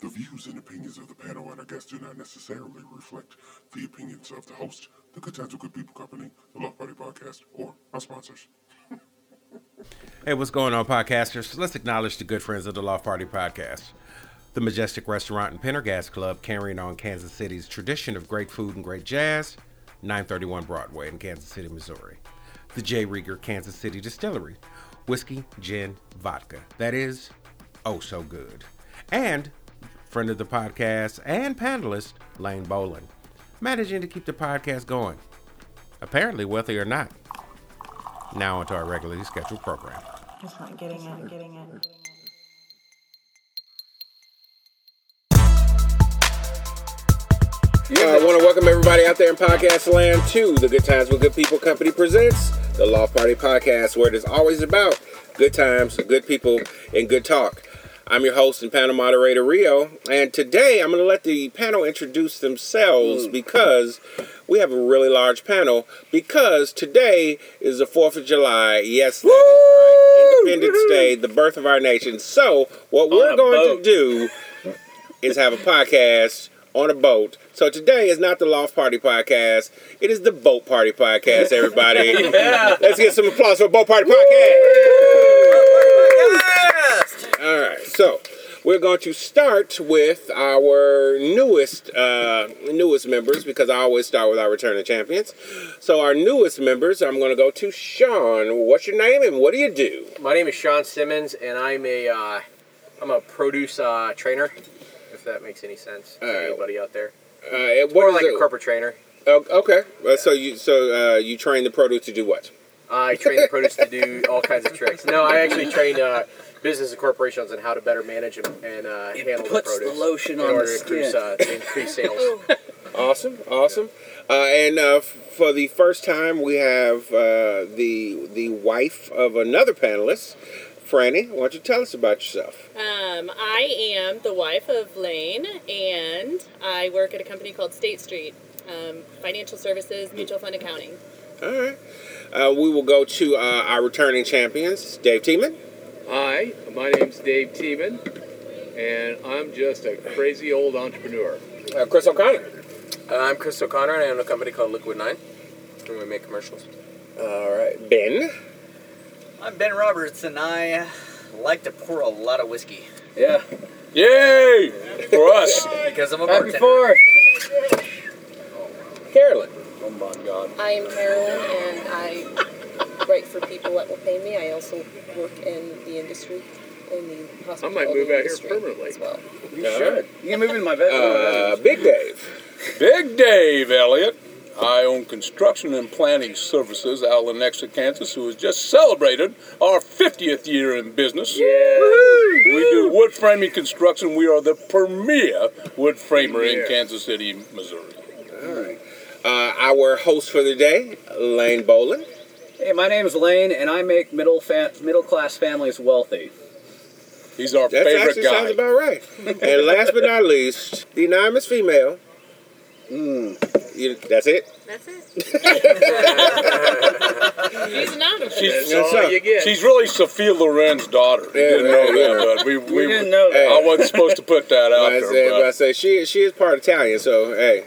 views and opinions of the panel and our guests do not necessarily reflect the opinions of the host, the Contento Good People Company, the Love Party Podcast, or our sponsors. Hey, what's going on, podcasters? Let's acknowledge the good friends of the Loft Party Podcast. The Majestic Restaurant and Pendergast Club, carrying on Kansas City's tradition of great food and great jazz, 931 Broadway in Kansas City, Missouri. The J. Rieger Kansas City Distillery, whiskey, gin, vodka. That is oh so good. And friend of the podcast and panelist, Lane Boland, managing to keep the podcast going. Apparently, wealthy or not. Now, onto our regularly scheduled program. It's not getting it. getting it. Uh, I want to welcome everybody out there in podcast land to the Good Times with Good People Company presents the Law Party Podcast, where it is always about good times, good people, and good talk. I'm your host and panel moderator, Rio, and today I'm going to let the panel introduce themselves Hmm. because we have a really large panel. Because today is the 4th of July, yes, that is right, Independence Day, the birth of our nation. So, what we're a going to boat. do is have a podcast on a boat. So today is not the Loft Party podcast. It is the Boat Party podcast, everybody. Let's get some applause for Boat Party podcast. All right. So, we're going to start with our newest uh, newest members because I always start with our returning champions. So, our newest members, I'm going to go to Sean. What's your name and what do you do? My name is Sean Simmons, and I'm a uh, I'm a produce uh, trainer, if that makes any sense to right. anybody out there, Uh, and what or is like it- a corporate trainer. Oh, okay. Uh, so you so uh, you train the produce to do what? I train the produce to do all kinds of tricks. No, I actually train uh, business and corporations on how to better manage and, and uh, handle puts the the produce lotion in on the order to increase, skin. uh, to increase sales. Awesome, awesome. Uh, and uh, f- for the first time, we have uh, the the wife of another panelist, Franny. Why don't you tell us about yourself? Um, I am the wife of Lane, and I work at a company called State Street um, Financial Services Mutual Fund Accounting. All right. Uh, we will go to uh, our returning champions, Dave Tiemann. Hi, my name's Dave Teeman, and I'm just a crazy old entrepreneur. Uh, Chris O'Connor. Uh, I'm Chris O'Connor, and I own a company called Liquid Nine, and we make commercials. All right, Ben. I'm Ben Roberts, and I like to pour a lot of whiskey Yeah, Yay! For us. because I'm a happy bartender. four. Carolyn. Oh my God. I am Carolyn, and I write for people that will pay me. I also work in the industry, in the I hospitality might move out here industry permanently. as well. You should. You can move into my Uh, bedroom. Big Dave. Big Dave Elliott. I own construction and planning services out of Lenexa, Kansas, who has just celebrated our 50th year in business. We do wood framing construction. We are the premier wood framer in Kansas City, Missouri. Uh, our host for the day, Lane Boland. hey, my name's Lane, and I make middle fa- middle class families wealthy. He's our That actually favorite guy. sounds about right. and last but not least, the anonymous female. Mm. You, that's it. That's it. He's anonymous. She's, That's all you get. she's really Sophia Loren's daughter. You Yeah, didn't know yeah, that, but we, we, We didn't know that. I wasn't supposed to put that out I there. said, but- I said she she is part Italian, so hey,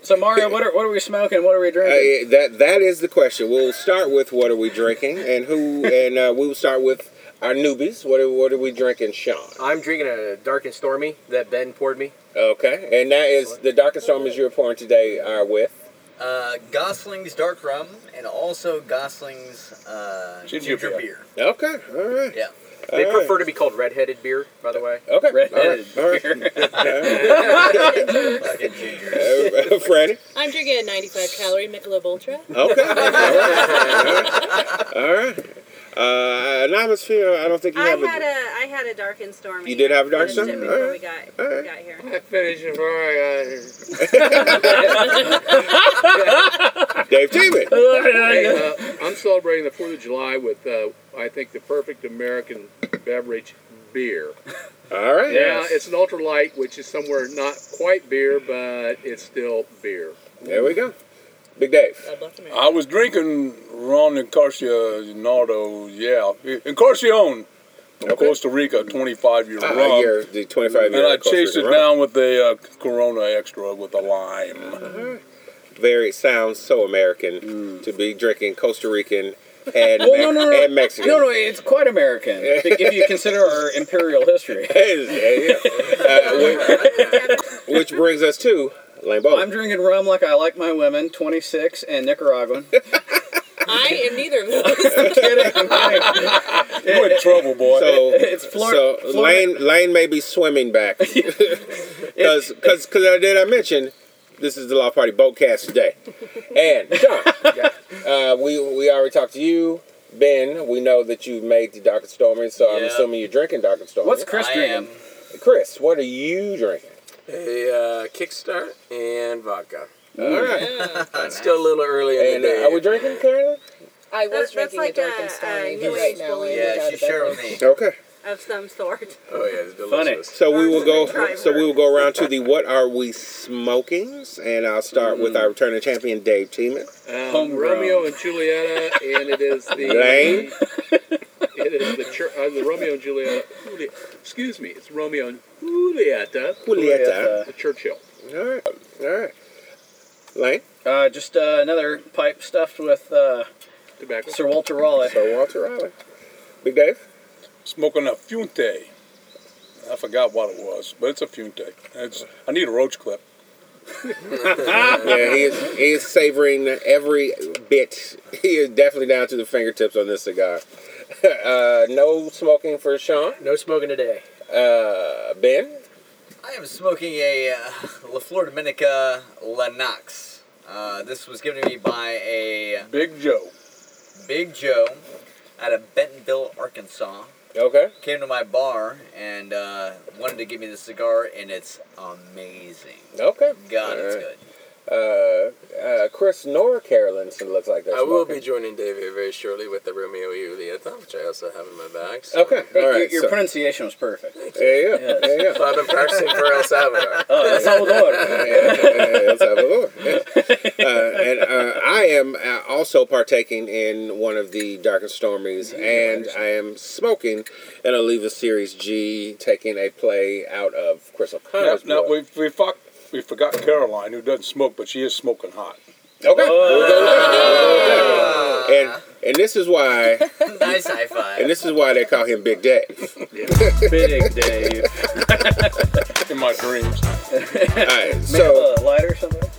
So Mario, what are what are we smoking? What are we drinking? Hey, that that is the question. We'll start with what are we drinking and who, and uh, we will start with our newbies. What are, what are we drinking, Sean? I'm drinking a dark and stormy that Ben poured me. Okay, and that is the darkest storms you're pouring today are with. Uh, Gosling's dark rum, and also Gosling's uh, Ginger ginger, beer. beer. Okay, all right. Yeah. They All right. prefer to be called redheaded beer, by the way. Okay, Red-headed all right, all right. Fucking ginger. Uh, Franny. I'm drinking a 95 calorie Michelob Ultra. Okay. all right. All right. Uh, anonymous female. I don't think you I have had a I had a dark and stormy. You did have a dark finished it stormy? before we Alright. got Alright. we got here. I finished before I got here. Dave Tiemann. Hey, uh, I'm celebrating the Fourth of July with, uh, I think, the perfect American beverage, beer. All right. Yes. Yeah, it's an ultralight, which is somewhere not quite beer, but it's still beer. There we go. Big Dave. God bless America. I was drinking Ron Encarnacion, yeah, Encarnacion from Costa Rica, 25 year Ah, rum. year- the 25 year And I Costa chased Rica it rum. down with the uh, Corona Extra with a lime. Very sounds so American to be drinking Costa Rican and, Me- Well, Mm. Oh, no, no, no, and Mexican. no, no. It's quite American if if you consider our imperial history. Uh, Which brings us to Lambo. I'm drinking rum like I like my women, 26 and Nicaraguan. I am neither of those. You're in trouble, boy. So It's Flor- So Flor- Lane Lane may be swimming back because because did I mention this is the Law Party Boatcast today, and John, uh, we we already talked to you. Ben, we know that you made the Docket Stormer, so I'm Yeah. assuming you're drinking Docket Stormer. What's Chris I drinking? Chris, what are you drinking? A uh, kickstart and vodka. All right. Oh, It's still a little early in And the uh, day. are we drinking, Carolyn? I That- was that's drinking like the dark and a, a stormy new right age now. bully I got Yeah, out she of bed. shared with me. Okay. of some sort. Oh yeah, it's Funny. delicious. So we will go. So we will go around to the what are we smokings, and I'll start with Mm-hmm. our returning champion Dave Teeman. Um, Romeo and Julieta, and it is the Lane. It is the, chur- uh, the Romeo and Julieta. Juli- Excuse me, it's Romeo and Julieta. Julieta. The Churchill. All right. All right. Lane? Uh, just uh, another pipe stuffed with uh, tobacco. Sir Walter Raleigh. Sir Walter Raleigh. Big Dave? Smoking a Funte. I forgot what it was, but it's a Funte. It's, I need a roach clip. yeah, he is, he is savoring every bit. He is definitely down to the fingertips on this cigar. Uh, no smoking for Sean. No smoking today. Uh, ben? I am smoking a uh, La Flor Dominica Lennox. Uh, this was given to me by a Big Joe. Big Joe out of Bentonville, Arkansas. Okay. Came to my bar and uh, wanted to give me the cigar, and it's amazing. Okay. God, All it's right. good. Uh, uh, Chris nor Carolyn so it looks like that. I will be joining David very shortly with the Romeo Julieta, which I also have in my bag. so- Okay. Your- All right. your your so- pronunciation was perfect. There you go. There you So go. I've been practicing for El Salvador. Oh, El El Salvador. Salvador. Uh, and uh, I am uh, also partaking in one of the Dark and Stormies, and I am smoking an Oliva Series G, taking a play out of Chris Now, O'Connor's. now book. we, we, fuck, we forgot Caroline, who doesn't smoke, but she is smoking hot. Okay. We'll go with that. We'll go with that. And and this is why nice high five. and this is why they call him Big Dave. Big Dave. In my dreams. All right, May I have so a lighter or something?